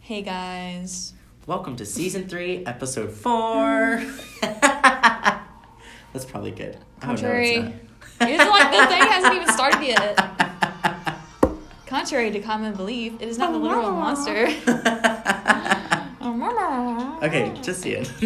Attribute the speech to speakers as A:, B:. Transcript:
A: Hey guys.
B: Welcome to season three, episode four. That's probably good.
A: Contrary.
B: Oh, no,
A: It
B: it's not.
A: is like the thing hasn't even started yet. Contrary to common belief, it is not the literal monster.
B: okay, just see it.